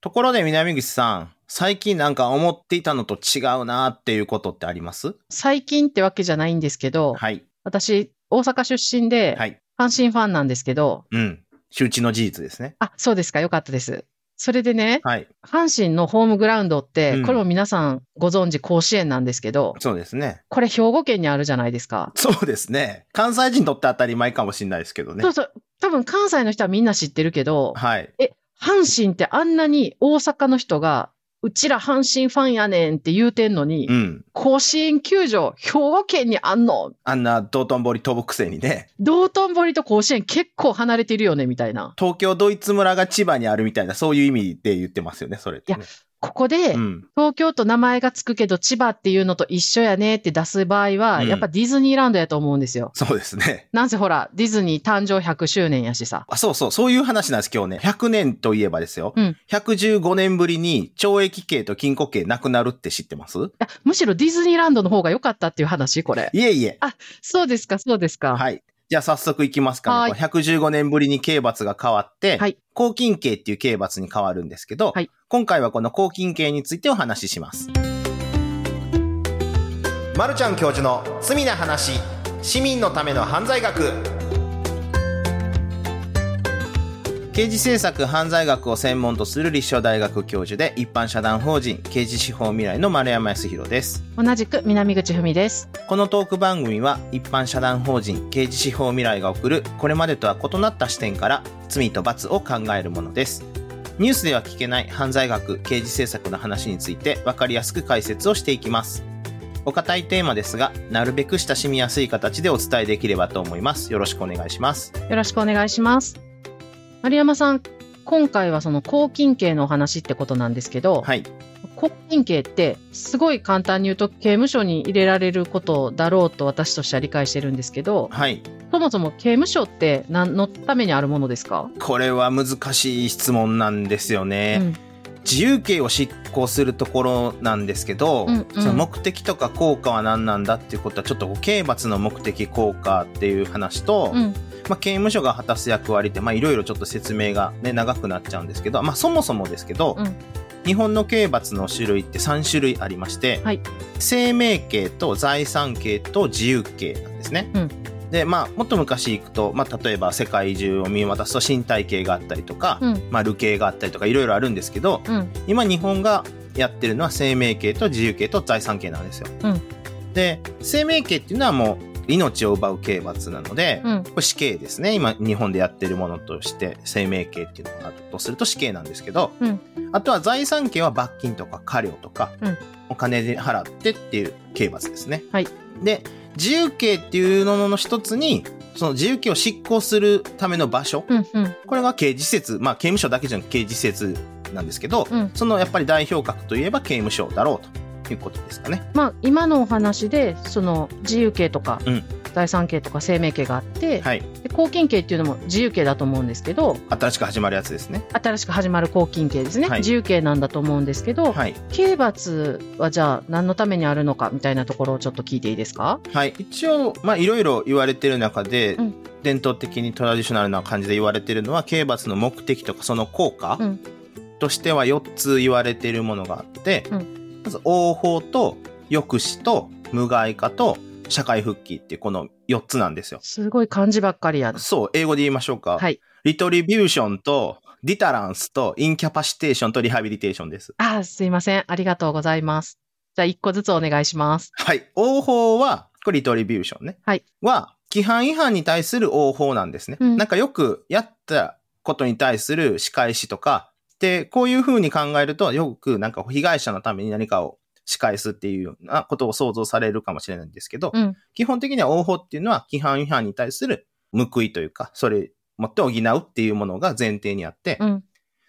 ところで南口さん、最近なんか思っていたのと違うなっていうことってあります最近ってわけじゃないんですけど、はい。私、大阪出身で、はい。阪神ファンなんですけど、うん。周知の事実ですね。あ、そうですか、よかったです。それでね、はい。阪神のホームグラウンドって、うんこれも皆さんご存知甲子園なんですけど、そうですね。これ兵庫県にあるじゃないですか。そうですね。関西人にとって当たり前かもしれないですけどねそう。そう、多分関西の人はみんな知ってるけど、はい。え、阪神ってあんなに大阪の人が、うちら阪神ファンやねんって言うてんのに、うん。甲子園球場、兵庫県にあんのあんな道頓堀飛ぶくせにね、道頓堀と甲子園結構離れてるよね、みたいな。東京ドイツ村が千葉にあるみたいな、そういう意味で言ってますよね、それってね、ここで、うん。東京と名前がつくけど千葉っていうのと一緒やねって出す場合は、うんやっぱディズニーランドやと思うんですよ。そうですね。なんせほら、ディズニー誕生100周年やしさ。あ、そうそう、そういう話なんです、今日ね。100年といえばですよ。うん115年ぶりに懲役刑と禁錮刑なくなるって知ってますいやむしろディズニーランドの方が良かったっていう話これ。いえいえ。そうですか、そうですか。はい。じゃあ早速いきますかね。は115年ぶりに刑罰が変わって、はい拘禁刑っていう刑罰に変わるんですけど、はい今回はこの拘禁刑についてお話しします。まるちゃん教授の罪な話、市民のための犯罪学。刑事政策犯罪学を専門とする立正大学教授で一般社団法人刑事司法未来の丸山康弘です。同じく南口文です。このトーク番組は一般社団法人刑事司法未来が送るこれまでとは異なった視点から罪と罰を考えるものですニュースでは聞けない犯罪学刑事政策の話について分かりやすく解説をしていきますお堅いテーマですがなるべく親しみやすい形でお伝えできればと思いますよろしくお願いしますよろしくお願いします。丸山さん、今回はその拘禁刑のお話ってことなんですけど、はい公金刑ってすごい簡単に言うと刑務所に入れられることだろうと私としては理解してるんですけどはいそもそも刑務所って何のためにあるものですか、これは難しい質問なんですよね、自由刑を執行するところなんですけど、うんうんその目的とか効果は何なんだっていうことはちょっとこう刑罰の目的効果っていう話と、うん、うん、まあ、刑務所が果たす役割ってまあいろいろちょっと説明が、ね、長くなっちゃうんですけど、まあ、そもそもですけど、うん日本の刑罰の種類って3種類ありまして、はい生命刑と財産刑と自由刑なんですね。うんでまあ、もっと昔行くと、まあ、例えば世界中を見渡すと身体刑があったりとか、うんまあ、流刑があったりとかいろいろあるんですけど、うん、今日本がやってるのは生命系と自由系と財産系なんですよ。うんで生命系っていうのはもう命を奪う刑罰なので、うん、これ死刑ですね今日本でやってるものとして生命系っていうのがあるとすると死刑なんですけど、うんあとは財産系は罰金とか過料とか、うんお金で払ってっていう刑罰ですね。はいで自由刑っていうのの一つにその自由刑を執行するための場所、うん、うん、これが刑事施設、まあ、刑務所だけじゃなく刑事施設なんですけど、うんそのやっぱり代表格といえば刑務所だろうということですかね。まあ今のお話でその自由刑とか、うん財産刑とか生命刑があって、はい、で公金刑っていうのも自由刑だと思うんですけど新しく始まるやつですね。新しく始まる公金刑ですね、はい自由刑なんだと思うんですけど、はい、刑罰はじゃあ何のためにあるのかみたいなところをちょっと聞いていいですかはい、一応まあいろいろ言われてる中で、うん伝統的にトラディショナルな感じで言われてるのは刑罰の目的とかその効果うんとしては4つ言われてるものがあって、うまず応報と抑止と無害化と社会復帰っていうこの4つなんですよ。すごい漢字ばっかりやな。そう、英語で言いましょうか。はい。リトリビューションと、ディタランスと、インキャパシテーションとリハビリテーションです。あー、すいません。ありがとうございます。じゃあ、一個ずつお願いします。はい。応報は、これリトリビューションね。はい。は、規範違反に対する応報なんですね。うんなんかよくやったことに対する仕返しとか、で、こういうふうに考えると、よくなんか被害者のために何かを仕返すっていうようなことを想像されるかもしれないんですけど、うん。基本的には応報っていうのは規範違反に対する報いというか、それを持って補うっていうものが前提にあって、うん。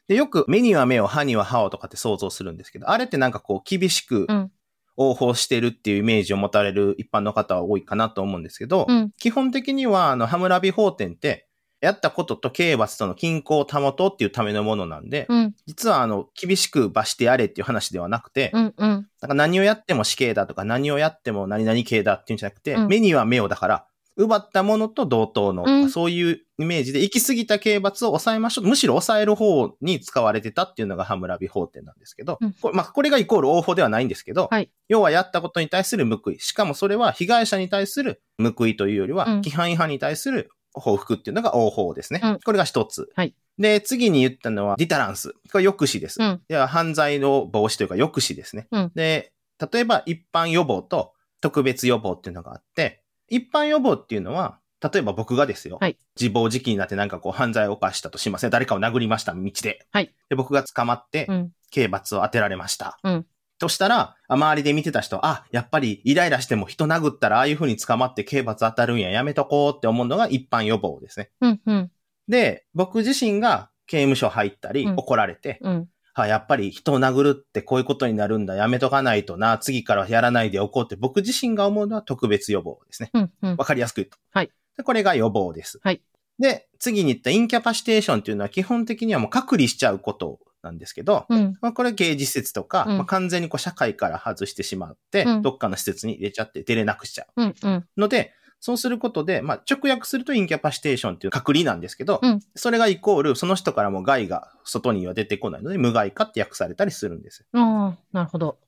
で、よく目には目を、歯には歯をとかって想像するんですけど、あれってなんかこう厳しくうん応報してるっていうイメージを持たれる一般の方は多いかなと思うんですけど、うん。基本的にはあの、ハムラビ法典って、やったことと刑罰との均衡を保とうっていうためのものなんで、うん。実はあの、厳しく罰してやれっていう話ではなくて、うん。うん。なんか何をやっても死刑だとか、何をやっても何々刑だっていうんじゃなくて、うん目には目をだから、奪ったものと同等の、うんそういうイメージで、行き過ぎた刑罰を抑えましょう。むしろ抑える方に使われてたっていうのがハムラビ法典なんですけど、うんこれまあ、これがイコール応報ではないんですけど、はい要はやったことに対する報い。しかもそれは被害者に対する報いというよりは、うん規範違反に対する報復っていうのが応報ですね。うんこれが一つ。はいで、次に言ったのは、ディタランス。これ抑止です。うんいや犯罪の防止というか抑止ですね。うんで、例えば一般予防と特別予防っていうのがあって、一般予防っていうのは、例えば僕がですよ。はい自暴自棄になってなんかこう犯罪を犯したとしますね。誰かを殴りました、道で。はいで、僕が捕まってう、ん。刑罰を当てられました。うんとしたら、あ周りで見てた人、あ、やっぱりイライラしても人殴ったらああいう風に捕まって刑罰当たるんや、やめとこうって思うのが一般予防ですね。うん。うん。で、僕自身が刑務所入ったりうん怒られて、うん。あ、やっぱり人を殴るってこういうことになるんだ、やめとかないとな、次からやらないでおこうって僕自身が思うのは特別予防ですね。うん。うんわかりやすく言うと。はいで、これが予防です。はいで、次に言ったインキャパシテーションっていうのは基本的にはもう隔離しちゃうことなんですけど、うん。まあ、これは刑事施設とか、うんまあ、完全にこう社会から外してしまって、うんどっかの施設に入れちゃって出れなくしちゃうん。うん。う。ので、そうすることで、まあ、直訳するとインキャパシテーションっていう隔離なんですけど、うんそれがイコール、その人からも害が外には出てこないので、無害化って訳されたりするんです。ああ、なるほど。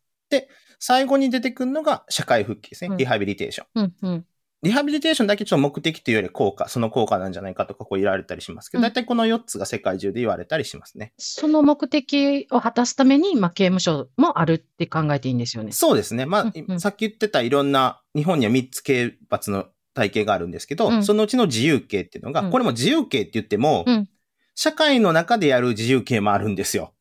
最後に出てくるのが社会復帰ですうね。んリハビリテーション。うん。うん。リハビリテーションだけちょっと目的というより効果、その効果なんじゃないかとかこう言われたりしますけうど、ん大体この4つが世界中で言われたりしますね。その目的を果たすために、まあ、刑務所もあるって考えていいんですよね。そうですね。まあ、うんうんさっき言ってたいろんな、日本には3つ刑罰の体系があるんですけど、うんそのうちの自由刑っていうのが、うんこれも自由刑って言っても、うん社会の中でやる自由刑もあるんですよ。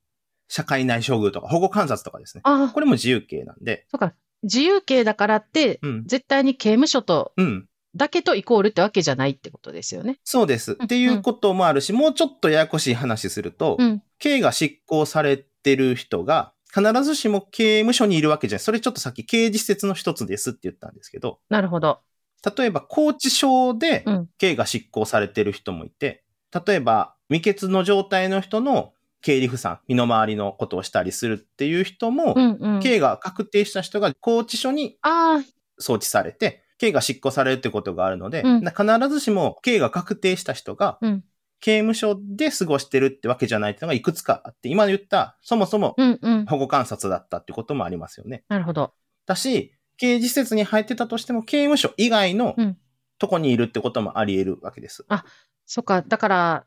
社会内処遇とか、保護観察とかですね。ああ、これも自由刑なんで、そうか。自由刑だからって、うん。絶対に刑務所と、うん。だけとイコールってわけじゃないってことですよね。そうです。うんっていうこともあるし、もうちょっとややこしい話すると、うん。刑が執行されてる人が、必ずしも刑務所にいるわけじゃない。それちょっとさっき刑事施設の一つですって言ったんですけど、なるほど。例えば、拘置所でうん刑が執行されてる人もいて、例えば、未決の状態の人の経理不散、身の回りのことをしたりするっていう人も、うん。うん。刑が確定した人が拘置所にああ、送致されて、刑が執行されるってことがあるので、うんな必ずしも刑が確定した人がうん。刑務所で過ごしてるってわけじゃないっていうのがいくつかあって、今言った、そもそもうん。うん。保護観察だったってこともありますよね。なるほど。だし、刑事施設に入ってたとしても、刑務所以外のうんとこにいるってこともあり得るわけです。そっか。だから、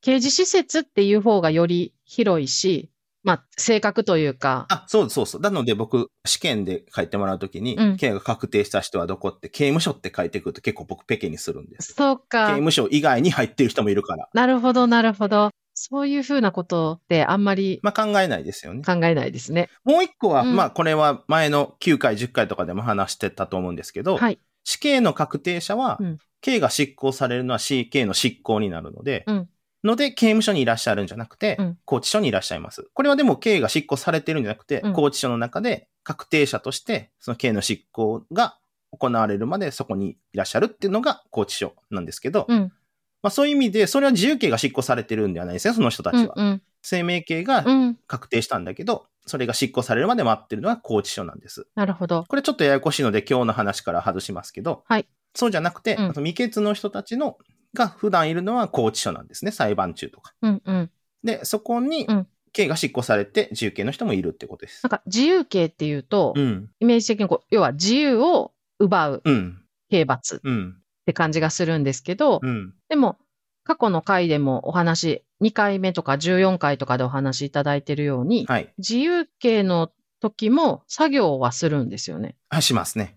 刑事施設っていう方がより広いし、まあ、正確というか、あ、そうそうそう。なので僕、試験で書いてもらうときに、うん刑が確定した人はどこって、刑務所って書いてくると結構僕ペケにするんです。そう刑か。務所以外に入ってる人もいるから。なるほど、なるほど。そういうふうなことってあんまりまあ考えないですよね。考えないですね。もう一個は、うんまあこれは前の9回、10回とかでも話してたと思うんですけど、はい。死刑の確定者は、うん刑が執行されるのは死刑の執行になるので、うんので、刑務所にいらっしゃるんじゃなくて、うん拘置所にいらっしゃいます。これはでも刑が執行されてるんじゃなくて、うん拘置所の中で確定者として、その刑の執行が行われるまでそこにいらっしゃるっていうのが拘置所なんですけど、うん。まあそういう意味で、それは自由刑が執行されてるんではないですね、その人たちうは。ん。うん。生命刑がうん。確定したんだけど、それが執行されるまで待ってるのは拘置所なんです。なるほど。これちょっとややこしいので今日の話から外しますけど、はいそうじゃなくて、うんあと未決の人たちのが普段いるのは拘置所なんですね、裁判中とか。うん。うん。で、そこにうん刑が執行されて重刑の人もいるってことですなん。か、自由刑っていうと、うん、イメージ的にこう、要は自由を奪ううん、刑罰っうん、て感じがするんですけど、うん、でも、過去の回でもお話、2回目とか14回とかでお話いただいてるように、はい。自由形の時も作業はするんですよね。あしますね。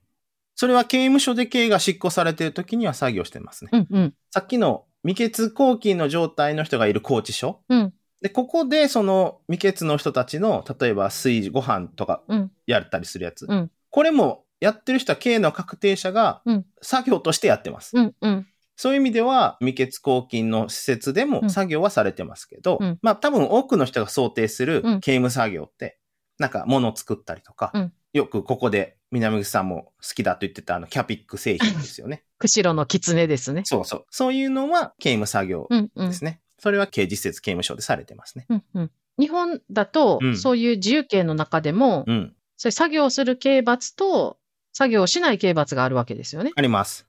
それは刑務所で刑が執行されている時には作業してますね。うんうん。さっきの未決後期の状態の人がいる拘置所。うんで、ここでその未決の人たちの、例えば炊事、ご飯とかうんやったりするやつ。うんこれもやってる人は刑の確定者がうん作業としてやってます。うんうん。そういう意味では未決公金の施設でうんも作業はされてますけど、うんまあ多分多くの人が想定するうん刑務作業って、なんか物作ったりとか、うんよくここで南口さんも好きだと言ってたあのキャピック製品ですよね。釧路の狐ですね。そうそう。そういうのは刑務作業うんうんで。すね。それは刑事施設刑務所でされてますね。うんうん日本だと、うんそういう自由形の中でも、うん。そういう作業する刑罰と、作業しない刑罰があるわけですよね。あります。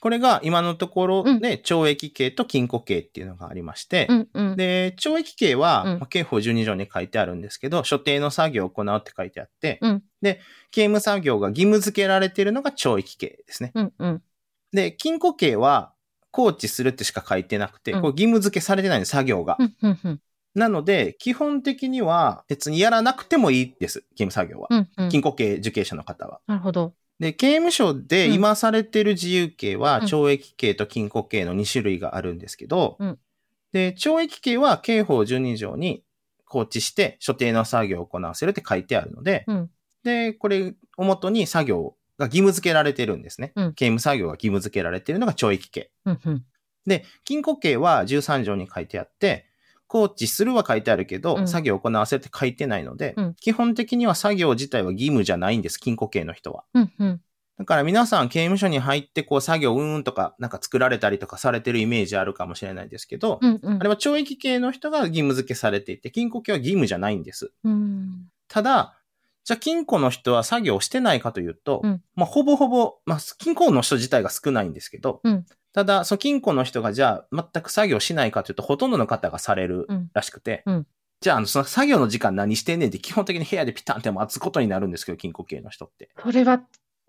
これが今のところうんで懲役刑と禁錮刑っていうのがありまして、うんうん。で、懲役刑は、うんまあ刑法12条に書いてあるんですけど、所定の作業を行うって書いてあって、うんで、刑務作業が義務付けられているのが懲役刑ですね。うんうん。で、禁錮刑は、放置するってしか書いてなくて、うんこれ義務付けされてないんです、作業が。うんうんうん。なので、基本的には別にやらなくてもいいです、刑務作業は。うんうん。禁錮刑受刑者の方は。なるほど。で、刑務所でうん今されてる自由刑はうん懲役刑と禁錮刑の2種類があるんですけど、うんで、懲役刑は刑法12条に放置して所定の作業を行わせるって書いてあるので、うんで、これをもとに作業が義務付けられてるんですね。うん刑務作業が義務付けられてるのが懲役刑。うんうん。で、禁錮刑は13条に書いてあって、放置するは書いてあるけど、うん作業を行わせるって書いてないので、うん基本的には作業自体は義務じゃないんです、禁錮刑の人は。うんうん。だから皆さん刑務所に入ってこう作業うーんとかなんか作られたりとかされてるイメージあるかもしれないですけど、うんうん。あれは懲役刑の人が義務付けされていて、禁錮刑は義務じゃないんです。うん。ただ、じゃあ禁錮の人は作業してないかというと、うんまあほぼほぼ、まあ禁錮の人自体が少ないんですけど、うんただその禁錮の人がじゃあ全く作業しないかというとほとんどの方がされるうんらしくて、うんじゃああのその作業の時間何してんねんって基本的に部屋でピタンって待つことになるんですけど、禁錮刑の人って。それは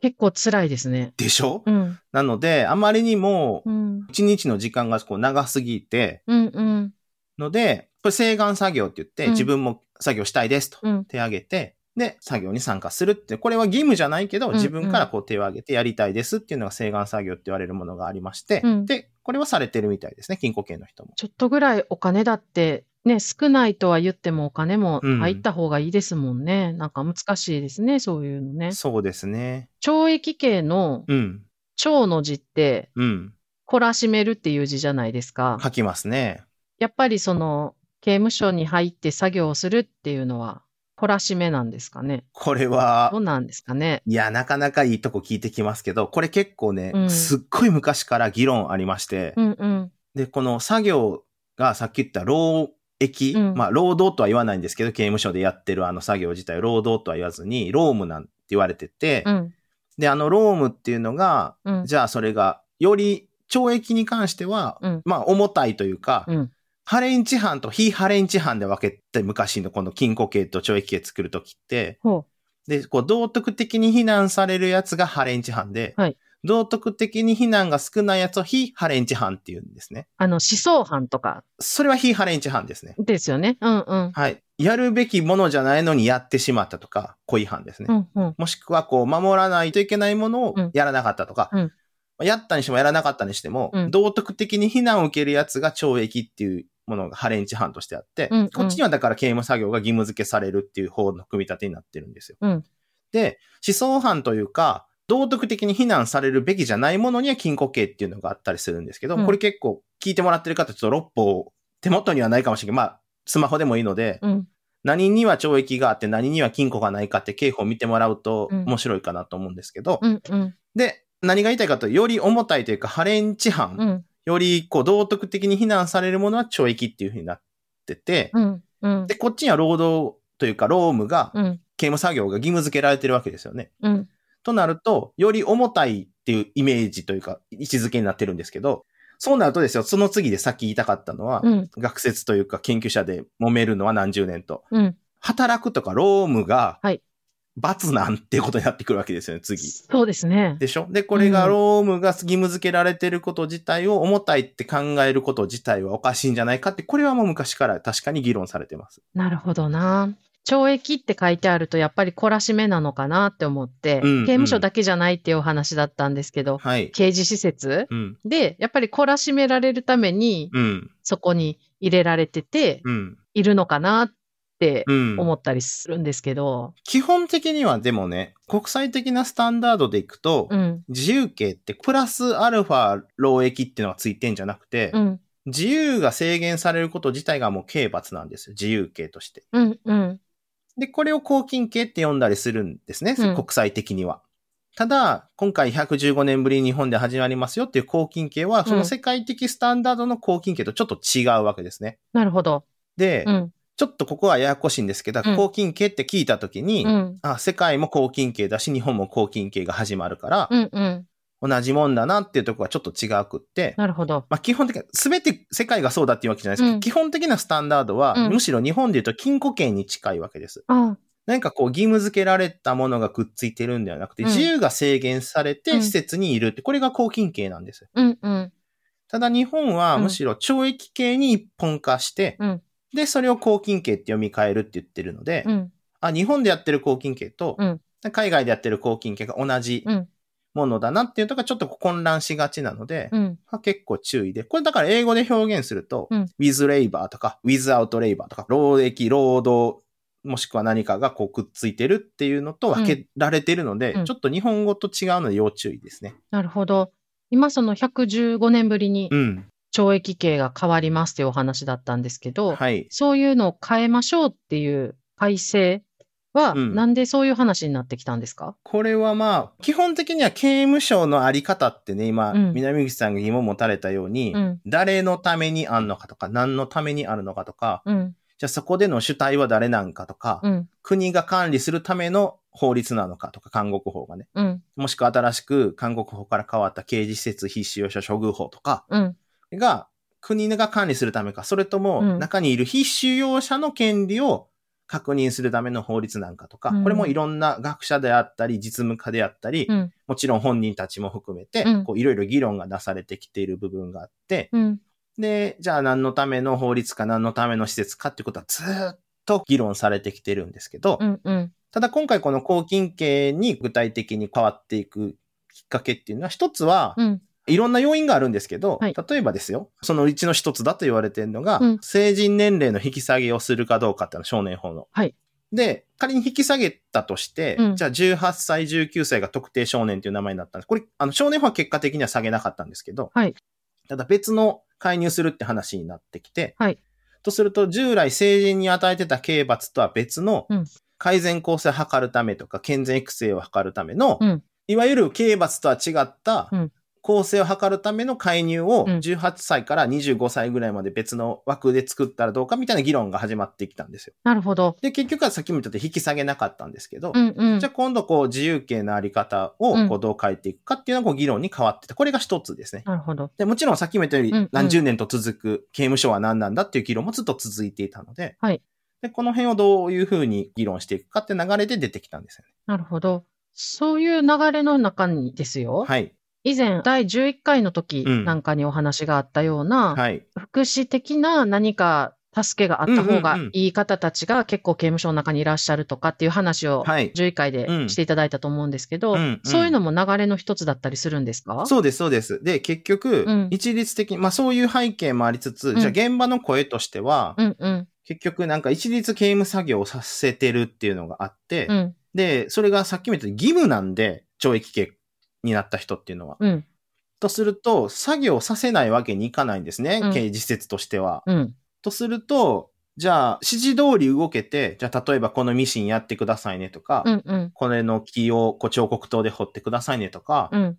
結構辛いですね。でしょ、うん。なので、あまりにもうん。一日の時間がこう長すぎて、うんうん。ので、これ請願作業って言って、うん自分も作業したいですとうん。手挙げて、で、作業に参加するって、これは義務じゃないけど、うん自分からこう手を挙げてやりたいですっていうのが請願作業って言われるものがありまして、うんで、これはされてるみたいですね、金庫系の人も。ちょっとぐらいお金だって、ね、少ないとは言ってもお金も入った方がいいですもんね。なんか難しいですね、そういうのね。そうですね。懲役刑のうん。懲の字って、うん。懲らしめるっていう字じゃないですか。書きますね。やっぱりその、刑務所に入って作業をするっていうのは、懲らしめなんですかね。これはどう、なんですかね。いや、なかなかいいとこ聞いてきますけど、これ結構ね、うんすっごい昔から議論ありまして、うんうん。で、この作業がさっき言った労役、うんまあ労働とは言わないんですけど、刑務所でやってるあの作業自体を労働とは言わずに、労務なんて言われてて、うん。で、あの労務っていうのが、うん。じゃあそれがより懲役に関しては、うん。まあ重たいというか、うん。ハレンチ犯と非ハレンチ犯で分けて昔のこの禁錮刑と懲役刑作るときって、ほで、こう道徳的に非難されるやつがハレンチ犯で、はい道徳的に非難が少ないやつを非ハレンチ犯っていうんですね。あの、思想犯とかそれは非ハレンチ犯ですね。ですよね。うんうん。はい。やるべきものじゃないのにやってしまったとか、故意犯ですね。うんうん。もしくは、こう、守らないといけないものをうんやらなかったとか、うんやったにしてもやらなかったにしても、うん道徳的に非難を受けるやつが懲役っていうものがハレンチ犯としてあって、うんうんこっちにはだから刑務作業が義務付けされるっていう方の組み立てになってるんですよ。うんで、思想犯というか、道徳的に非難されるべきじゃないものには禁錮刑っていうのがあったりするんですけど、うんこれ結構聞いてもらってる方、ちょっと6歩手元にはないかもしれない。まあ、スマホでもいいので、うん。何には懲役があって何には禁錮がないかって刑法を見てもらうとうん面白いかなと思うんですけど、うんうん。で、何が言いたいかというと、より重たいというか、ハレンチ犯、うん。よりこう道徳的に非難されるものは懲役っていうふうになってて、うん。うんで、。こっちには労働というか、労務がうん。刑務作業が義務付けられてるわけですよね。うん。となると、より重たいっていうイメージというか、位置づけになってるんですけど、そうなるとですよ、その次でさっき言いたかったのは、うん。学説というか研究者で揉めるのは何十年と。うん。働くとか労務がはい、罰なんていうことになってくるわけですよね、次。そうですね。でしょで、これが労務が義務付けられてること自体を重たいって考えること自体はおかしいんじゃないかって、これはもう昔から確かに議論されてます。なるほどな。懲役って書いてあると、やっぱり懲らしめなのかなって思って、うんうん刑務所だけじゃないっていうお話だったんですけど、はい。刑事施設うん。で、やっぱり懲らしめられるために、うん。そこに入れられてて、うん。いるのかなってうん。思ったりするんですけど、基本的にはでもね、国際的なスタンダードでいくと、うん、自由刑ってプラスアルファ労役っていうのがついてんじゃなくて、うん、自由が制限されること自体がもう刑罰なんですよ。自由刑として。うん、うん、で、これを公金刑って呼んだりするんですね、うん国際的には。ただ、今回115年ぶりに日本で始まりますよっていう公金刑は、んその世界的スタンダードの公金刑とちょっと違うわけですね。なるほど。で、うん、ちょっとここはややこしいんですけど、うん公金刑って聞いたときに、うん、あ、世界も公金刑だし、日本も公金刑が始まるから、うん、うん、同じもんだなっていうところはちょっと違くって、なるほど。まあ基本的に、すべて世界がそうだっていうわけじゃないですけど、うん基本的なスタンダードは、うんむしろ日本で言うと禁錮刑に近いわけです。あ何かこう義務付けられたものがくっついてるんではなくて、うん自由が制限されうてん施設にいるって、これが拘禁刑なんです。うんうん。ただ日本はうんむしろ懲役刑に一本化して、うんで、それを拘禁刑って読み替えるって言ってるので、うん。あ、日本でやってる拘禁刑と、うん海外でやってる拘禁刑が同じうんものだなっていうとかちょっと混乱しがちなので、うん。まあ結構注意で。これだから英語で表現すると、うん with labor とか without labor とか、労役、労働、もしくは何かがこうくっついてるっていうのと分けられてるので、うんちょっと日本語と違うので要注意ですね。なるほど。今その115年ぶりにうん。懲役刑が変わりますというお話だったんですけど、はい。そういうのを変えましょうっていう改正は、うんなんでそういう話になってきたんですかこれはまあ、基本的には刑務所のあり方ってね、今、うん南口さんが疑問を持たれたように、うん。誰のためにあんのかとか、何のためにあるのかとか、うん。じゃあそこでの主体は誰なんかとか、うん。国が管理するための法律なのかとか、監獄法がね。うん。もしくは新しく韓国法から変わった刑事施設必修用者処遇法とかうん。が国が管理するためか、それとうもん中にいる必修用者の権利を確認するための法律なんかとか、うんこれもいろんな学者であったり、実務家であったり、うん。もちろん本人たちも含めてうん、こういろいろ議論がなされてきている部分があって、うん。で、じゃあ何のための法律か何のための施設かっていうことはずーっと議論されてきてるんですけど、うん。うん。ただ今回この抗菌系に具体的に変わっていくきっかけっていうのは、一つは、うん。いろんな要因があるんですけど、はい例えばですよ、そのうちの一つだと言われてるのが、うん成人年齢の引き下げをするかどうかっていうのは少年法の。はいで、仮に引き下げたとして、うんじゃあ18歳、19歳が特定少年という名前になったんです。これ、あの少年法は結果的には下げなかったんですけど、はいただ別の介入するって話になってきて、はいとすると、従来成人に与えてた刑罰とは別のうん、改善構成を図るためとか、健全育成を図るための、うんいわゆる刑罰とは違った、うん構成を図るための介入をうん18歳から25歳ぐらいまで別の枠で作ったらどうかみたいな議論が始まってきたんですよ。なるほど。で、結局はさっきも言ったとおり引き下げなかったんですけど、うん。うんじゃ。あ今度こう自由形のあり方うをんこうどう変えていくかっていうのがこう議論に変わってた。これが一つですね。なるほど。で、もちろんさっきも言ったよううんうにん何十年と続く刑務所は何なんだっていう議論もずっと続いていたので、はいで、この辺をどういうふうに議論していくかって流れで出てきたんですよね。なるほど。そういう流れの中にですよ。はい。以前、第11回の時うんなんかにお話があったような、はい。福祉的な何か助けがあった方がうんうんうんいい方たちが結構刑務所の中にいらっしゃるとかっていう話をはい11回でうんしていただいたと思うんですけど、うんうんそういうのも流れの一つだったりするんですかそうです、そうです。で、結局、うん一律的に、まあそういう背景もありつつ、んじゃあ現場の声としては、うんうん結局なんか一律刑務作業をさせてるっていうのがあって、うんで、それがさっきも言ったように義務なんで、懲役刑になった人っていうのは。うんとすると、作業させないわけにいかないんですね、うん刑事施設としては。うんとすると、じゃあ指示通り動けて、じゃあ例えばこのミシンやってくださいねとか、うんうんこれの木をこう彫刻刀で彫ってくださいねとか、うん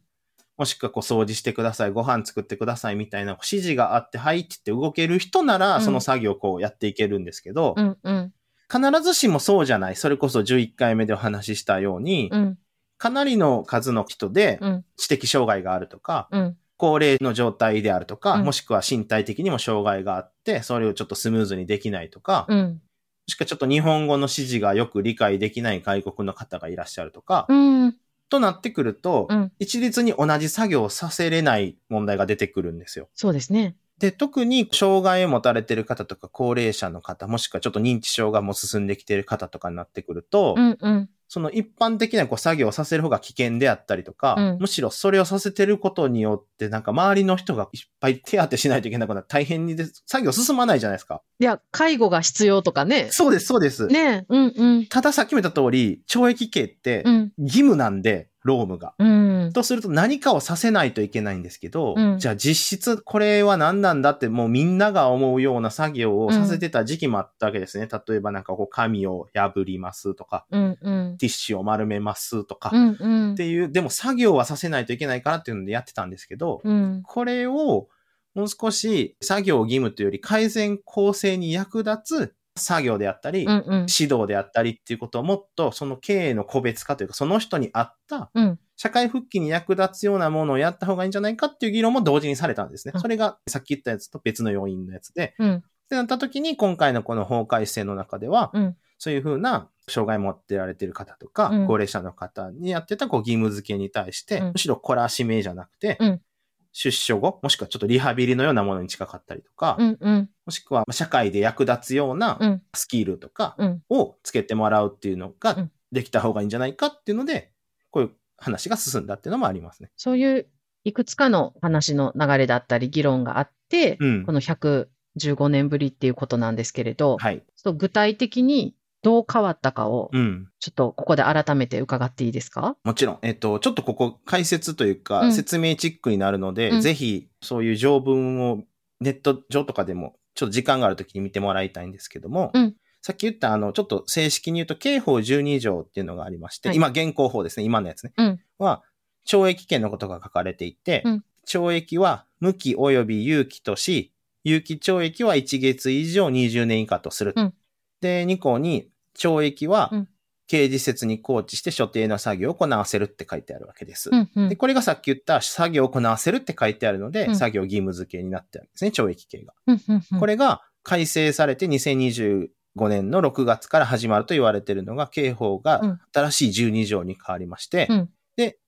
もしくはこう掃除してください、ご飯作ってくださいみたいなこう指示があって、はいって言って動ける人なうら、んその作業をこうやっていけるんですけど、うんうん必ずしもそうじゃない。それこそ11回目でお話ししたように、うんかなりの数の人でうん知的障害があるとか、うん高齢の状態であるとか、うんもしくは身体的にも障害があって、それをちょっとスムーズにできないとか、もうんしくはちょっと日本語の指示がよく理解できない外国の方がいらっしゃるとか、うんとなってくると、うん一律に同じ作業をさせれない問題が出てくるんですよ。そうですね。で、特に障害を持たれてる方とか高齢者の方、もしくはちょっと認知症がもう進んできてる方とかになってくると、うんうんその一般的なこう作業をさせる方が危険であったりとか、うんむしろそれをさせてることによって、なんか周りの人がいっぱい手当てしないといけなくなって大変にです作業進まないじゃないですか。いや、介護が必要とかね。そうです、そうです。ねうんうんたださっきも言った通り、懲役刑ってうん義務なんで、労務が。うんとすると何かをさせないといけないんですけど、うんじゃあ実質これは何なんだってもうみんなが思うような作業をさせてた時期もあったわけですね。例えばなんかこう紙を破りますとか、うんうんティッシュを丸めますとか、うっんうんていう、でも作業はさせないといけないからっていうのでやってたんですけど、うんこれをもう少し作業義務というより改善構成に役立つ作業であったり、うんうん指導であったりっていうことをもっとその経営の個別化というかその人に合ったうん社会復帰に役立つようなものをやった方がいいんじゃないかっていう議論も同時にされたんですね。うんそれがさっき言ったやつと別の要因のやつで。うん。ってなった時に、今回のこの法改正の中では、うんそういうふうな障害持ってられてる方とか、うん高齢者の方にやってたこう義務付けに対して、うんむしろ懲らしめじゃなくて、うん出所後、もしくはちょっとリハビリのようなものに近かったりとか、うん。うん。もしくは社会で役立つようなうんスキルとかうん。をつけてもらうっていうのうがんできた方がいいんじゃないかっていうので、こういう話が進んだっていうのもありますね。そういういくつかの話の流れだったり議論があって、うんこの115年ぶりっていうことなんですけれど、はい。ちょっと具体的にどう変わったかを、うん。ちょっとここで改めて伺っていいですかもちろん、えっと、ちょっとここ解説といううか、ん説明チックになるので、うんぜひそういう条文をネット上とかでも、ちょっと時間があるときに見てもらいたいんですけども、うんさっき言った、あの、ちょっと正式に言うと、刑法12条っていうのがありまして、はい今、現行法ですね、今のやつね、うんは、懲役刑のことが書かれていて、うん懲役は無期及び有期とし、有期懲役は1月以上20年以下とする。うんで、2項に、懲役はうん刑事施設に放置して所定の作業を行わせるって書いてあるわけです。うんうで、ん。これがさっき言った作業を行わせるって書いてあるので、うん作業義務付けになってあるんですね、懲役刑が。うんうんうんこれが改正されて2025年の6月から始まると言われているのが、刑法うんが新しい12条に変わりまして、うんで、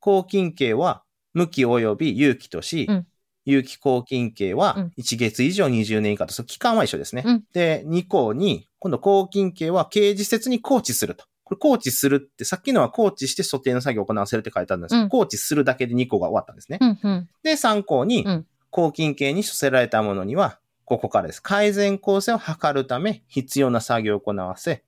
拘禁刑は無期及び有期とし、うん有期拘禁刑うはん1月以上20年以下と、その期間は一緒ですね。うんで、2項に、今度拘禁刑は刑事施設に放置すると。これ放置するって、さっきのは放置して所定の作業を行わせるって書いてあるんですけど、うん放置するだけで2項が終わったんですね。うんうんで、3項にうん、拘禁刑に処せられたものには、ここからです。改善構成を図るため、必要な作業を行わせ、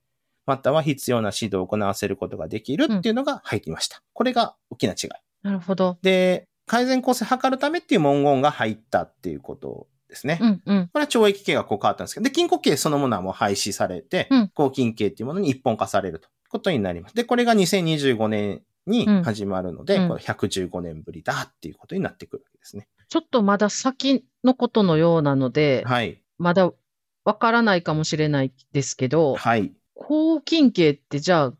または必要な指導を行わせることができるっていうのが入っていました。これが大きな違い。なるほど。で、改善構成を図るためっていう文言が入ったっていうことですね。うんうん。これは懲役刑がこう変わったんですけど、で、禁錮刑そのものはもう廃止されて、うん拘禁刑っていうものに一本化されるということになります。で、これが2025年にうん始まるので、うんこれ115年ぶりだっていうことになってくるわけですね。ちょっとまだ先のことのようなので、はい。まだわからないかもしれないですけど、はい。拘禁刑ってじゃあ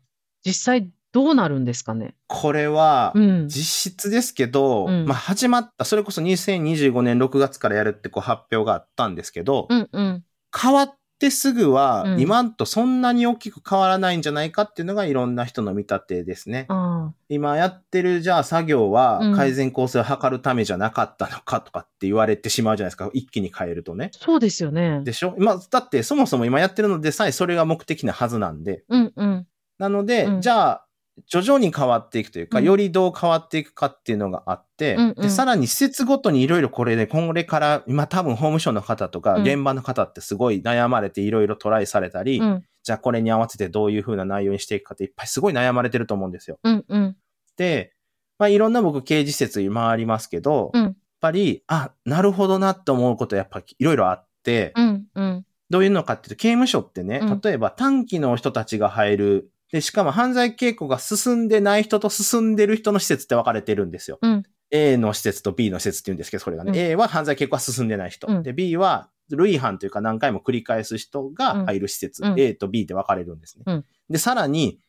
実際どうなるんですかねこれはう、ん。実質ですけど、うんまあ始まった、それこそ2025年6月からやるってこう発表があったんですけど、うんうん。変わってすぐは、うん今んとそんなに大きく変わらないんじゃないかっていうのがいろんな人の見立てですね。あ今やってるじゃあ作業はうん改善構成を図るためじゃなかったのかとかって言われてしまうじゃないですか。一気に変えるとね。あ、そうですよね。でしょまあ、だってそもそも今やってるのでさえそれが目的なはずなんで。うんうん。なので、うんじゃあ、徐々に変わっていくというか、うんよりどう変わっていくかっていうのがあって、うんうんでさらに施設ごとにいろいろこれで、これから、今多分法務省の方とか、うん現場の方ってすごい悩まれていろいろトライされたり、うんじゃあこれに合わせてどういう風な内容にしていくかっていっぱいすごい悩まれてると思うんですよ。うんうん。で、まあ、いろんな僕、刑事施設回りますけど、うんやっぱり、あ、なるほどなって思うことやっぱいろいろあって、うんうん。どういうのかっていうと、刑務所ってねうん、例えば短期の人たちが入る、で、しかも犯罪傾向が進んでない人と進んでる人の施設って分かれてるんですよ。うん A の施設と B の施設って言うんですけど、それがね、うん A は犯罪傾向が進んでない人、うんで、B は類犯というか何回も繰り返す人が入る施設、うん A と B で分かれるんですね。うんで、さらに、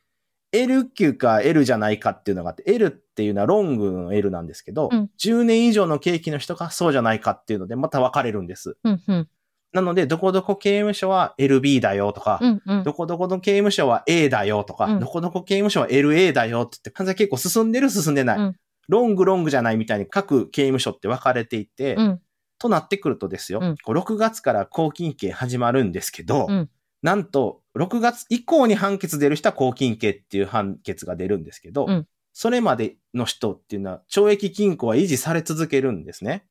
L 級か L じゃないかっていうのがあって、L っていうのはロングの L なんですけど、うん10年以上の刑期の人かそうじゃないかっていうので、また分かれるんです。うんうん。なので、どこどこ刑務所は LB だよとか、うんうん。どこどこの刑務所は A だよとか、うんどこどこ刑務所は LA だよって言って、犯罪結構進んでる進んでない、うんロングロングじゃないみたいに各刑務所って分かれていて、うんとなってくるとですよ、うんこう6月から拘禁刑始まるんですけど、うんなんと、6月以降に判決出る人は拘禁刑っていう判決が出るんですけど、うんそれまでの人っていうのは懲役禁錮は維持され続けるんですね。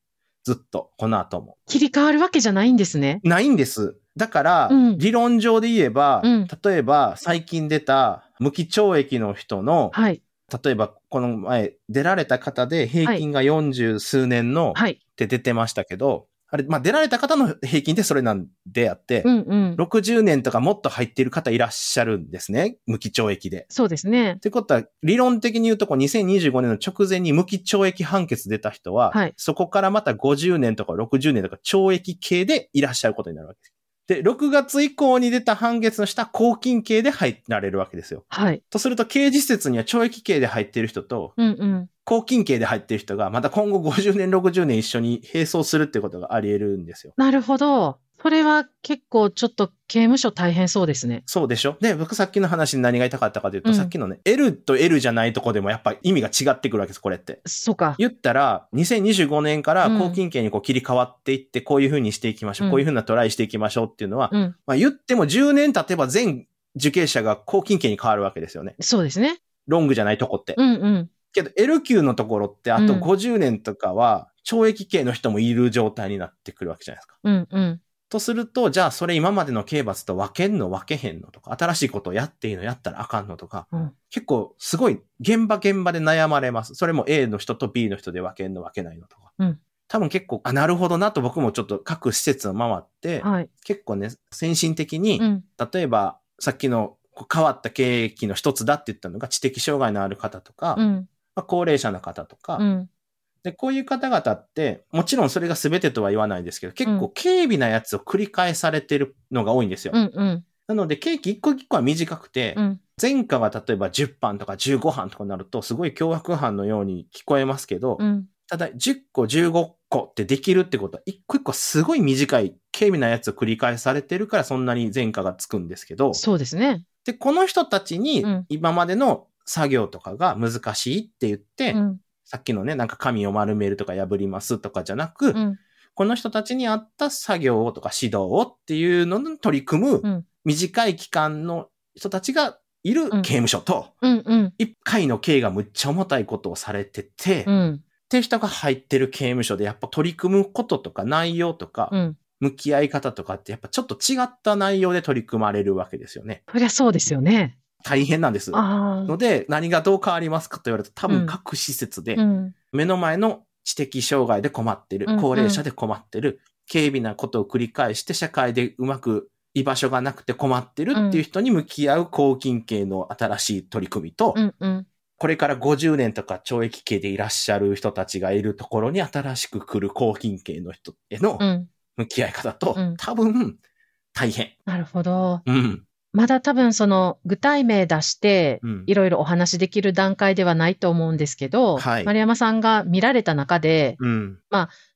ずっと、この後も。切り替わるわけじゃないんですね。ないんです。だから、うん理論上で言えば、うん例えば最近出た無期懲役の人の、はい。例えばこの前出られた方で平均が40数年のっはい。て出てましたけど、あれ、まあ、出られた方の平均ってそれなんであって、うんうん。 60年とかもっと入っている方いらっしゃるんですね。無期懲役で。そうですねっ。てことは、理論的に言うと、こう2025年の直前に無期懲役判決出た人は、はいそこからまた50年とか60年とか懲役系でいらっしゃることになるわけです。で、6月以降に出た判決の下、拘禁刑で入られるわけですよ。はい。とすると、刑事施設には懲役刑で入っている人と、うんうん。拘禁刑で入っている人が、また今後50年、60年一緒に並走するってことがあり得るんですよ。なるほど。それは結構ちょっと刑務所大変そうですね。そうでしょで、僕さっきの話に何が痛かったかというと、うんさっきのね、L と L じゃないとこでもやっぱ意味が違ってくるわけです、これって。そうか。言ったら、2025年からうん拘禁刑にこう切り替わっていって、こういう風にしていきましょう、うんこういう風なトライしていきましょうっていうのは、うん。まあ言っても10年経てば全受刑者が拘禁刑に変わるわけですよね。そうですね。ロングじゃないとこって。うんうん。けど L 級のところってあとうん50年とかは懲役刑の人もいる状態になってくるわけじゃないですか。うんうん。とすると、じゃあそれ今までの刑罰と分けんの分けへんのとか、新しいことをやっていいのやったらあかんのとか、うん結構すごい現場現場で悩まれます。それも A の人と B の人で分けんの分けないのとか。うん多分結構、あ、なるほどなと僕もちょっと各施設を回って、はい。結構ね、先進的に、うん。例えばさっきのこう変わった経歴の一つだって言ったのが知的障害のある方とか、うまん。あ、高齢者の方とか、うん。で、こういう方々って、もちろんそれが全てとは言わないですけど、結構軽微なやつを繰り返されてるのが多いんですよ。うんうん。なので、ケーキ一個一個は短くて、うん。前科が例えば10班とか15班とかになると、すごい凶悪犯のように聞こえますけど、うん。ただ10個15個ってできるってことは、一個一個すごい短い、軽微なやつを繰り返されてるから、そんなに前科がつくんですけど、そうですね。で、この人たちにうん今までの作業とかが難しいって言って、うん。さっきのね、なんか紙を丸めるとか破りますとかじゃなく、うん。この人たちに合った作業をとか指導をっていうのに取り組うむん短い期間の人たちがいる刑務所と、うんうん。一回の刑がむっちゃ重たいことをされてて、うっん。て人が入ってる刑務所でやっぱ取り組むこととか内容とか、うん。向き合い方とかってやっぱちょっと違った内容で取り組まれるわけですよね。そりゃそうですよね。大変なんです。ああの。で、何がどう変わりますかと言われると多う分ん各施設でうん。目の前の知的障害で困ってるうんう、ん高齢者で困ってる、軽微なことを繰り返して社会でうまく居場所がなくて困ってるっていう人に向き合う抗菌系の新しい取り組みと、うんうん。これから50年とか懲役刑でいらっしゃる人たちがいるところに新しく来る抗菌系の人へのうん。向き合い方とうん、多分大変。なるほど。うん。まだ多分その具体名出してうんいろいろお話しできる段階ではないと思うんですけど、はい丸山さんが見られた中でうん。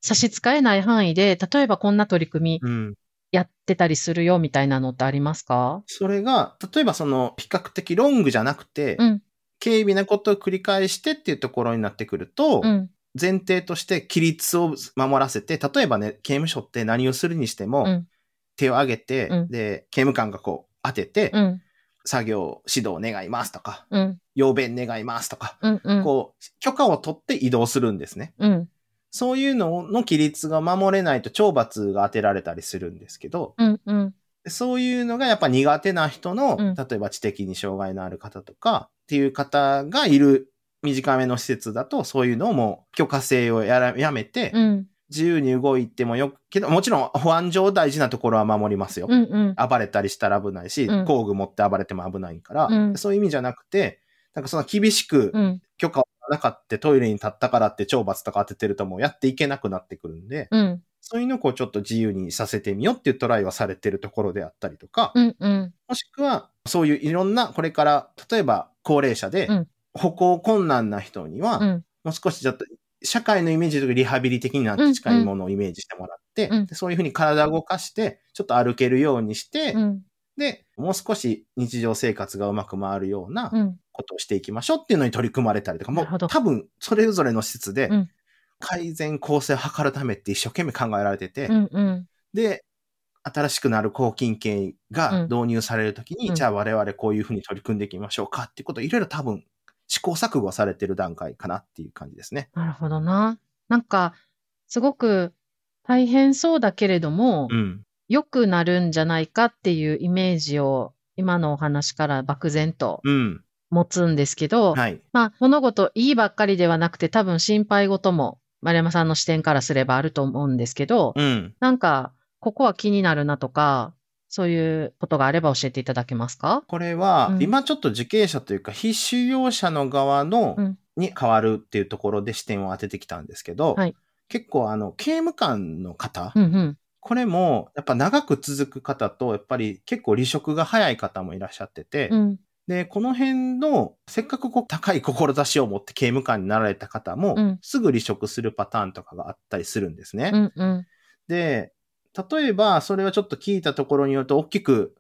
差し支えない範囲で、例えばこんな取り組みうん。やってたりするよみたいなのってありますかそれが、例えばその比較的ロングじゃなくて、うん、軽微なことを繰り返してっていうところになってくると、うん、前提として規律を守らせて、例えばね、刑務所って何をするにしても、うん手を挙げて、うんで、刑務官がこう当てて、うん、作業指導願いますとか、うん、要弁願いますとか、うん、うん、こう、許可を取って移動するんですね。うん、そういうのの規律が守れないと懲罰が当てられたりするんですけど、うん、うん、そういうのがやっぱ苦手な人の、うん例えば知的に障害のある方とかっていう方がいる短めの施設だと、そういうのをもう許可制をやらやめて、うん、自由に動いてもよく、けど、もちろん保安上大事なところは守りますよ。うん、うん、暴れたりしたら危ないし、うん工具持って暴れても危ないから、うんそういう意味じゃなくて、なんかその厳しくうん、許可をなかったトイレに立ったからって懲罰とか当ててるともうやっていけなくなってくるんで、うん、そういうのをこうちょっと自由にさせてみようっていうトライはされてるところであったりとか、うん、うん、もしくは、そういういろんな、これから、例えば高齢者でうん、歩行困難な人には、うん、もう少しちょっと、社会のイメージとリハビリ的な近いものをイメージしてもらって、うんうんでそういうふうに体を動かして、ちょっと歩けるようにして、うん、で、もう少し日常生活がうまく回るようなうん、ことをしていきましょうっていうのに取り組まれたりとか、もなるほうど多分それぞれの施設でうん、改善構成を図るためって一生懸命考えられてて、うん、うん、で、新しくなる抗菌系がうん導入されるときに、うんじゃあ我々こういうふうに取り組んでいきましょうかっていうことをいろいろ多分試行錯誤されてる段階かなっていう感じですね。なるほどな。なんか、すごく大変そうだけれども、うん。良くなるんじゃないかっていうイメージを今のお話から漠然とうん。持つんですけど、はい。まあ物事いいばっかりではなくて多分心配事も丸山さんの視点からすればあると思うんですけど、うん。なんかここは気になるなとか、そういうことがあれば教えていただけますかこれは、うん今ちょっと受刑者というか、非収容者の側の、うんに変わるっていうところで視点を当ててきたんですけど、はい結構あの、刑務官の方うんうん。これも、やっぱ長く続く方と、やっぱり結構離職が早い方もいらっしゃってて、うん。で、この辺の、せっかくこう高い志を持って刑務官になられた方も、うんすぐ離職するパターンとかがあったりするんですね。うん。うん。で、例えば、それはちょっと聞いたところによると、大きく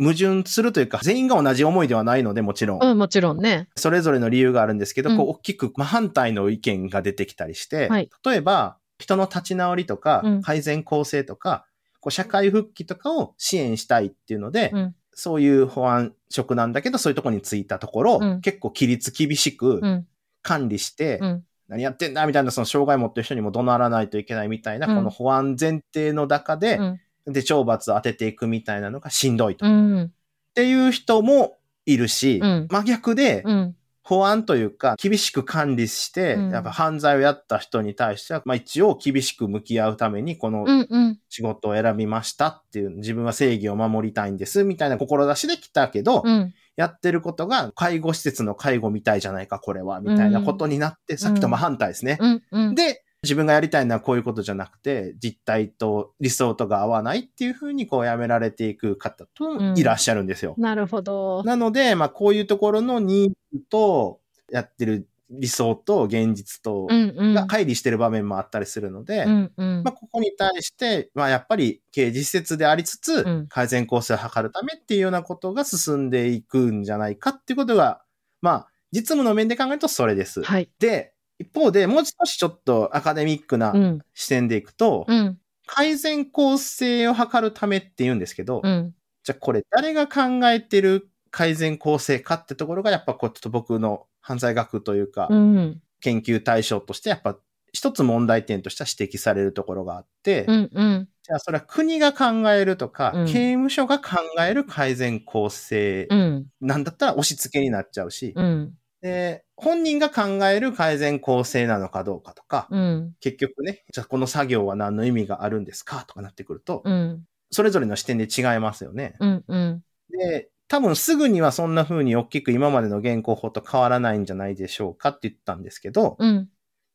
矛盾するというか、全員が同じ思いではないので、もちろん。うん、もちろんね。それぞれの理由があるんですけど、こううん大きく真反対の意見が出てきたりして、はい例えば、人の立ち直りとかうん、改善構成とか、こう社会復帰とかを支援したいっていうので、うん。そういう保安職なんだけど、そういうとこに就いたところ、うん結構規律厳しくうん。管理して、うん。何やってんだみたいな、その障害持ってる人にも怒鳴らないといけないみたいな、うんこの保安前提の中でう、ん。で、懲罰を当てていくみたいなのがしんどいと。うっん。ていう人もいるし、うん真逆で、うん。保安というか、厳しく管理して、うんやっぱ犯罪をやった人に対しては、まあ一応厳しく向き合うために、このうん。うん。仕事を選びましたっていう、自分は正義を守りたいんです、みたいな志で来たけど、うん。やってることが介護施設の介護みたいじゃないか、これは、みたいなことになって、さっきと真反対ですね。うん。うん。で、自分がやりたいのはこういうことじゃなくて、実態と理想とが合わないっていうふうにこうやめられていく方といらっしゃるんですよ。なるほど。なので、まあこういうところのニーズと、やってる理想と現実とうん。うん。が乖離してる場面もあったりするので、うん。うんまあ。ここに対して、まあやっぱり刑事施設でありつつうん、改善構成を図るためっていうようなことが進んでいくんじゃないかっていうことが、まあ実務の面で考えるとそれです。はい。で、一方でもう少しちょっとアカデミックなうん。視点でいくと、うん。改善構成を図るためって言うんですけど、うん。じゃあこれ誰が考えてる改善構成かってところがやっぱこうちょっと僕の犯罪学というか、うん。研究対象としてやっぱ一つ問題点としては指摘されるところがあって、うん。うん。じゃあそれは国が考えるとか、うん刑務所が考える改善構成うん。なんだったら押し付けになっちゃうし、うん。で本人が考える改善構成なのかどうかとか、うん。結局ね、じゃあこの作業は何の意味があるんですかとかなってくると、うん。それぞれの視点で違いますよね。うん。うん。で、多分すぐにはそんな風に大きく今までの現行法と変わらないんじゃないでしょうかって言ったんですけど、うん。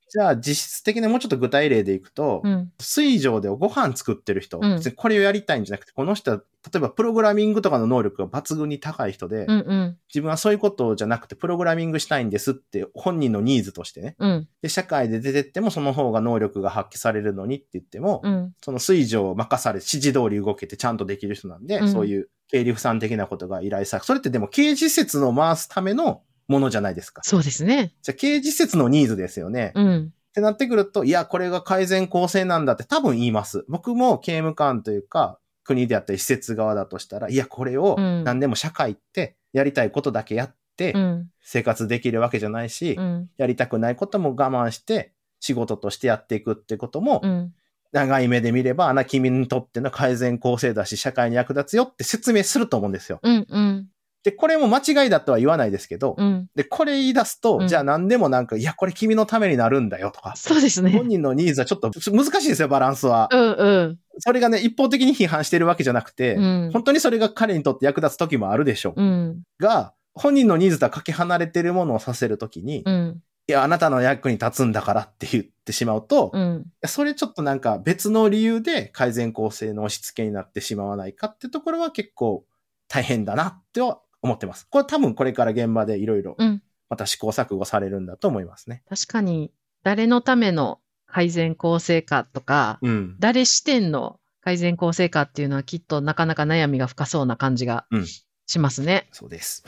じゃあ実質的なもうちょっと具体例でいくと、うん。水上でご飯作ってる人、うん別にこれをやりたいんじゃなくて、この人は例えばプログラミングとかの能力が抜群に高い人で、うん。うん。自分はそういうことじゃなくてプログラミングしたいんですって本人のニーズとしてね。うん。で、社会で出てってもその方が能力が発揮されるのにって言っても、うん。その水上を任され、指示通り動けてちゃんとできる人なんで、うんそういう経理不産的なことが依頼され、それってでも刑事施設の回すためのものじゃないですか。そうですね。じゃあ刑事施設のニーズですよね。っうん。てなってくると、いや、これが改善構成なんだって多分言います。僕も刑務官というか、国であったり施設側だとしたら、いや、これをうん何でも社会ってやりたいことだけやってうん。生活できるわけじゃないし、うん。やりたくないことも我慢して仕事としてやっていくってことも、うん。長い目で見れば、あな君にとっての改善構成だし、社会に役立つよって説明すると思うんですよ。うん。うん。で、これも間違いだとは言わないですけど、うん。で、これ言い出すと、うんじゃあ何でもなんか、いや、これ君のためになるんだよとか、そうですね本。人のニーズはちょっと難しいですよ、バランスは。うん。うん。それがね、一方的に批判してるわけじゃなくて、うん。本当にそれが彼にとって役立つ時もあるでしょう。うん。が、本人のニーズとはかけ離れてるものをさせるときに、いうん。や、あなたの役に立つんだからって言ってしまうと、うん。いやそれちょっとなんか別の理由で改善構成の押し付けになってしまわないかってところは結構大変だなっては思ってます。これ多分これから現場でいろいろうんまた試行錯誤されるんだと思いますね。確かに、誰のための改善構成かとか、うん。誰視点の改善構成かっていうのはきっとなかなか悩みが深そうな感じがうんしますね。そうです。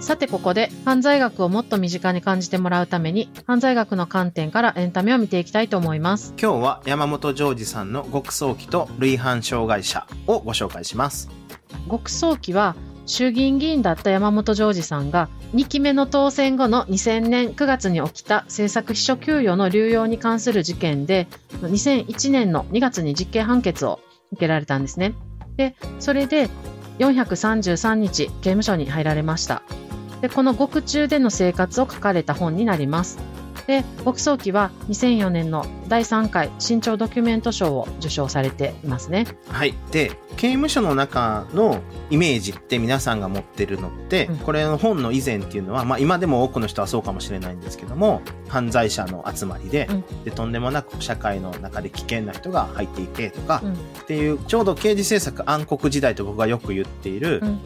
さてここで犯罪学をもっと身近に感じてもらうために犯罪学の観点からエンタメを見ていきたいと思います。今日は山本ジョージさんの極早期と類犯障害者をご紹介します。極早期は衆議院議員だった山本譲二さんが2期目の当選後の2000年9月に起きた政策秘書給与の流用に関する事件で2001年の2月に実刑判決を受けられたんですね。でそれで433日刑務所に入られました。でこの獄中での生活を書かれた本になります。で牧草記は2004年の第3回新潮ドキュメント賞を受賞されていますね。はい、で刑務所の中のイメージって皆さんが持ってるのって、うんこれの本の以前っていうのは、まあ、今でも多くの人はそうかもしれないんですけども犯罪者の集まりで,、うんでとんでもなく社会の中で危険な人が入っていてとか、うんっていうちょうど刑事政策暗黒時代と僕がよく言っている、うん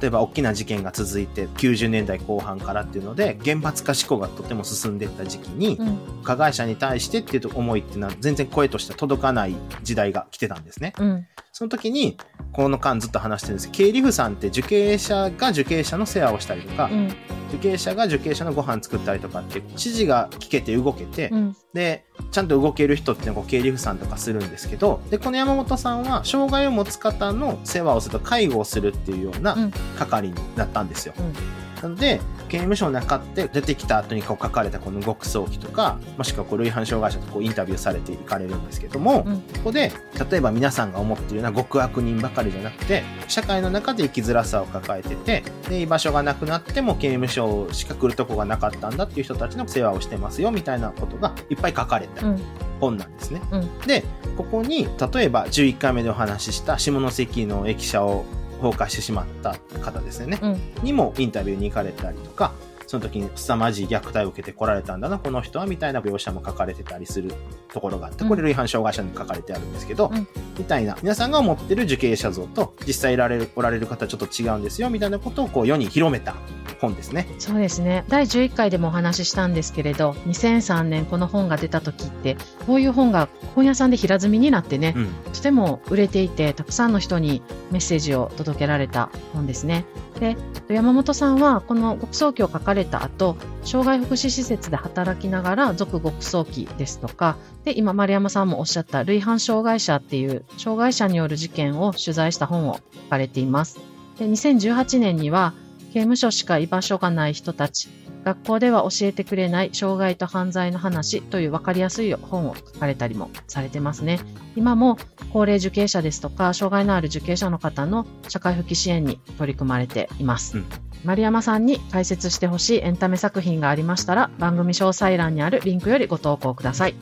例えば大きな事件が続いて90年代後半からっていうので厳罰化志向がとても進んでいった時期に、うん加害者に対してっていう思いっていうのは全然声としては届かない時代が来てたんですね。うんその時に、この間ずっと話してるんですけど、経理婦さんって受刑者が受刑者の世話をしたりとかう、ん受刑者が受刑者のご飯作ったりとかっていう、指示が聞けて動けてう、んで、ちゃんと動ける人っていうのがこう経理婦さんとかするんですけど、で、この山本さんは、障害を持つ方の世話をすると介護をするっていうようなうん係になったんですよ。うんなので、刑務所の中って出てきた後にこう書かれたこの極早期とか、もしくはこう類反障害者とこうインタビューされていかれるんですけども、うんここで、例えば皆さんが思っているような極悪人ばかりじゃなくて、社会の中で生きづらさを抱えてて、で、居場所がなくなっても刑務所しか来るとこがなかったんだっていう人たちの世話をしてますよ、みたいなことがいっぱい書かれたうん本なんですね。うんで、ここに、例えば11回目でお話しした下関の駅舎を崩壊してしまった方ですよね。うんにもインタビューに行かれたりとか、その時に凄まじい虐待を受けてこられたんだな、この人は、みたいな描写も書かれてたりするところがあって、これ類反障害者に書かれてあるんですけど、うんみたいな、皆さんが思ってる受刑者像と、実際いられる、おられる方はちょっと違うんですよ、みたいなことをこう世に広めた本ですね。そうですね第11回でもお話ししたんですけれど2003年この本が出た時ってこういう本が本屋さんで平積みになってね、うん。とても売れていてたくさんの人にメッセージを届けられた本ですね。で山本さんはこの極早期を書かれた後障害福祉施設で働きながら続極早期ですとかで今丸山さんもおっしゃった類反障害者っていう障害者による事件を取材した本を書かれています。で2018年には刑務所しか居場所がない人たち学校では教えてくれない障害と犯罪の話という分かりやすい本を書かれたりもされてますね。今も高齢受刑者ですとか障害のある受刑者の方の社会復帰支援に取り組まれています、うん丸山さんに解説してほしいエンタメ作品がありましたら番組詳細欄にあるリンクよりご投稿ください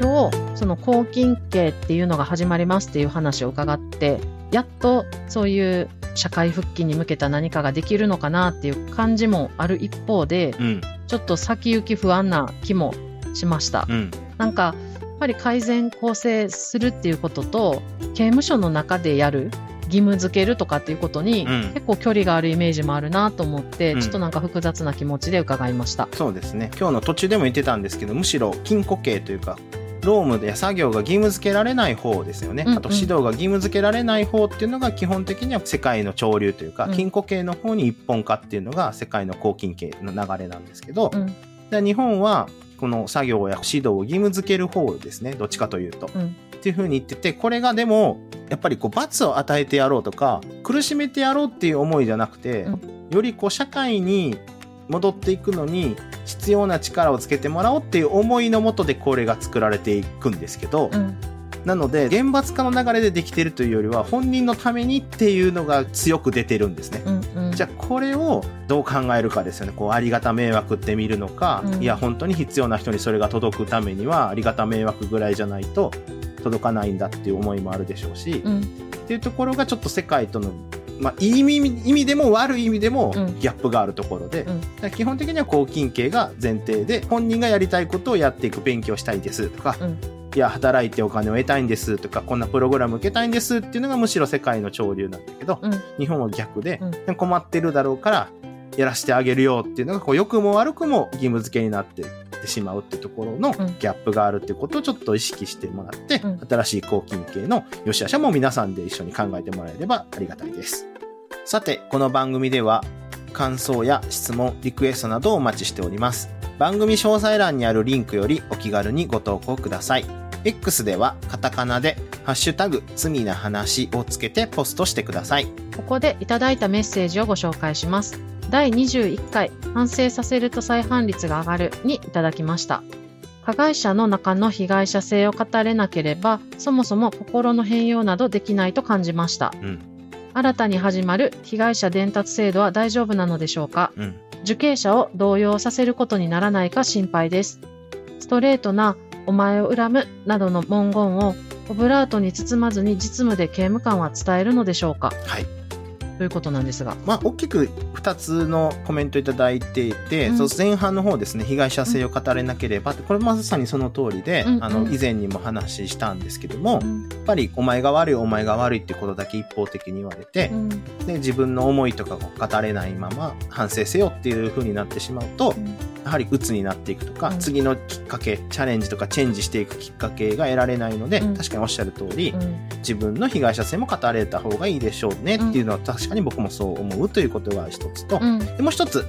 今日その拘禁刑っていうのが始まりますっていう話を伺ってやっとそういう社会復帰に向けた何かができるのかなっていう感じもある一方でうん。ちょっと先行き不安な気もしましたうん。なんかやっぱり改善構成するっていうことと刑務所の中でやる義務付けるとかっていうことに、うん結構距離があるイメージもあるなと思って、うんちょっとなんか複雑な気持ちで伺いました。そうですね今日の途中でも言ってたんですけどむしろ禁錮刑というか労務や作業が義務付けられない方ですよね、うんうんあと指導が義務付けられない方っていうのが基本的には世界の潮流というか、うん禁錮刑の方に一本化っていうのが世界の公禁刑の流れなんですけど、うんで日本はこの作業や指導を義務付ける方ですねどっちかというと、うんっていうふうに言っててこれがでもやっぱりこう罰を与えてやろうとか苦しめてやろうっていう思いじゃなくて、うよりこう社会に戻っていくのに必要な力をつけてもらおうっていう思いのもとでこれが作られていくんですけど、うんなので厳罰化の流れでできてるというよりは本人のためにっていうのが強く出てるんですね。うんうんじゃあこれをどう考えるかですよね。こうありがた迷惑って見るのか、うんいや本当に必要な人にそれが届くためにはありがた迷惑ぐらいじゃないと届かないんだっていう思いもあるでしょうし、うっんていうところがちょっと世界とのまあ、いい意味意味でも悪い意味でもうんギャップがあるところで、うんだから基本的には公金系が前提で本人がやりたいことをやっていく勉強したいですとか、うんいや働いてお金を得たいんですとかこんなプログラム受けたいんですっていうのがむしろ世界の潮流なんだけど、うん日本は逆で、う困ってるだろうからやらせてあげるよっていうのがこう良くも悪くも義務付けになってってしまうってところのギうんャップがあるってことをちょっと意識してもらって、うん新しい抗菌系の良し悪しはもう皆さんで一緒に考えてもらえればありがたいです。さて、この番組では感想や質問、リクエストなどをお待ちしております。番組詳細欄にあるリンクよりお気軽にご投稿ください。X ではカタカナでハッシュタグ罪な話をつけてポストしてください。ここでいただいたメッセージをご紹介します。第21回反省させると再犯率が上がるにいただきました。加害者の中の被害者性を語れなければ、そもそも心の変容などできないと感じました。うん、新たに始まる被害者伝達制度は大丈夫なのでしょうかうん、受刑者を動揺させることにならないか心配です。ストレートなお前を恨むなどの文言をオブラートに包まずに実務で刑務官は伝えるのでしょうかはい。ということなんですが。まあ、大きく2つのコメントいただいていて、うんその前半の方ですね被害者性を語れなければってこれまさにその通りで、うんうんあの以前にも話したんですけども、うやんっぱりお前が悪いお前が悪いってことだけ一方的に言われて、で自分の思いとかを語れないまま反省せよっていう風になってしまうと、うんやはり鬱になっていくとか、うん次のきっかけチャレンジとかチェンジしていくきっかけが得られないので、うん確かにおっしゃる通り、うん自分の被害者性も語れた方がいいでしょうねっていうのは確かに僕もそう思うということが一つと、うんでもう一つ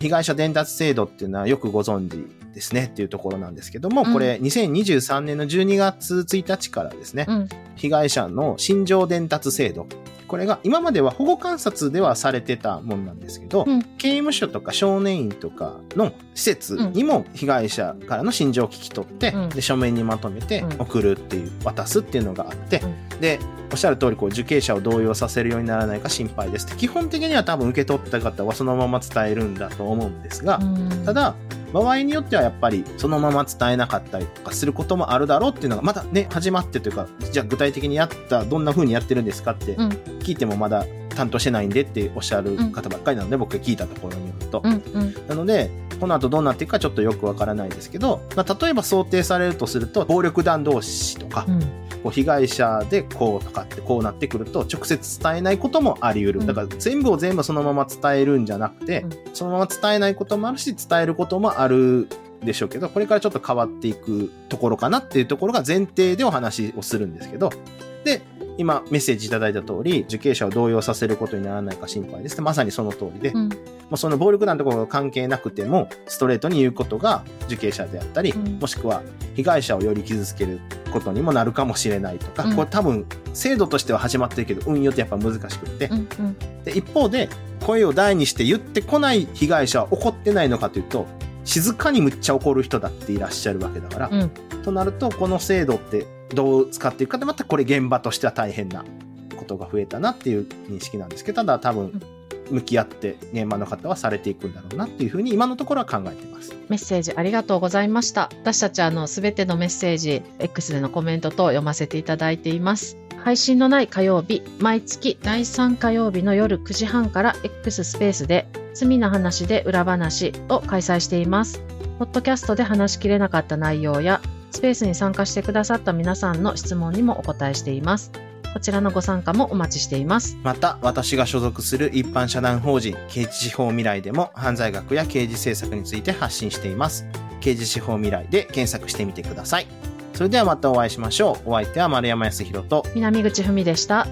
被害者伝達制度っていうのはよくご存知ですねっていうところなんですけども、うんこれ2023年の12月1日からですね、うん被害者の心情伝達制度これが今までは保護観察ではされてたもんなんですけど、うん刑務所とか少年院とかの施設にも被害者からの心情を聞き取って、うんで書面にまとめてうん送るっていう、渡すっていうのがあって、でおっしゃる通りこう受刑者を動揺させるようにならないか心配ですって基本的には多分受け取った方はそのまま伝えるんだと思うんですが、うんただ場合によってはやっぱりそのまま伝えなかったりとかすることもあるだろうっていうのがまだね始まってというかじゃあ具体的にやったどんな風にやってるんですかってうん聞いてもまだ担当してないんでっておっしゃる方ばっかりなので、僕が聞いたところによると、うんうんなのでこの後どうなっていくかちょっとよくわからないですけど、まあ、例えば想定されるとすると暴力団同士とか、うんこう被害者でこうとかってこうなってくると直接伝えないこともあり得うるんだから全部を全部そのまま伝えるんじゃなくて、うそのまま伝えないこともあるし伝えることもあるでしょうけどこれからちょっと変わっていくところかなっていうところが前提でお話をするんですけどで今メッセージいただいた通り受刑者を動揺させることにならないか心配ですってまさにその通りで、うんもうその暴力団とかが関係なくてもストレートに言うことが受刑者であったり、うんもしくは被害者をより傷つけることにもなるかもしれないとか、うんこれ多分制度としては始まってるけど運用ってやっぱ難しくって、うんうんで一方で声を大にして言ってこない被害者は怒ってないのかというと静かにむっちゃ怒る人だっていらっしゃるわけだから、うんとなるとこの制度ってどう使っていくかでまたこれ現場としては大変なことが増えたなっていう認識なんですけどただ多分向き合って現場の方はされていくんだろうなっていうふうに今のところは考えてます。メッセージありがとうございました。私たちあのすべてのメッセージ、X でのコメント等読ませていただいています。配信のない火曜日、毎月第3火曜日の夜9時半から X スペースで罪な話で裏話を開催しています。ポッドキャストで話しきれなかった内容や、スペースに参加してくださった皆さんの質問にもお答えしています。こちらのご参加もお待ちしています。また私が所属する一般社団法人刑事司法未来でも犯罪学や刑事政策について発信しています刑事司法未来で検索してみてくださいそれではまたお会いしましょうお相手は丸山康弘と南口文でした。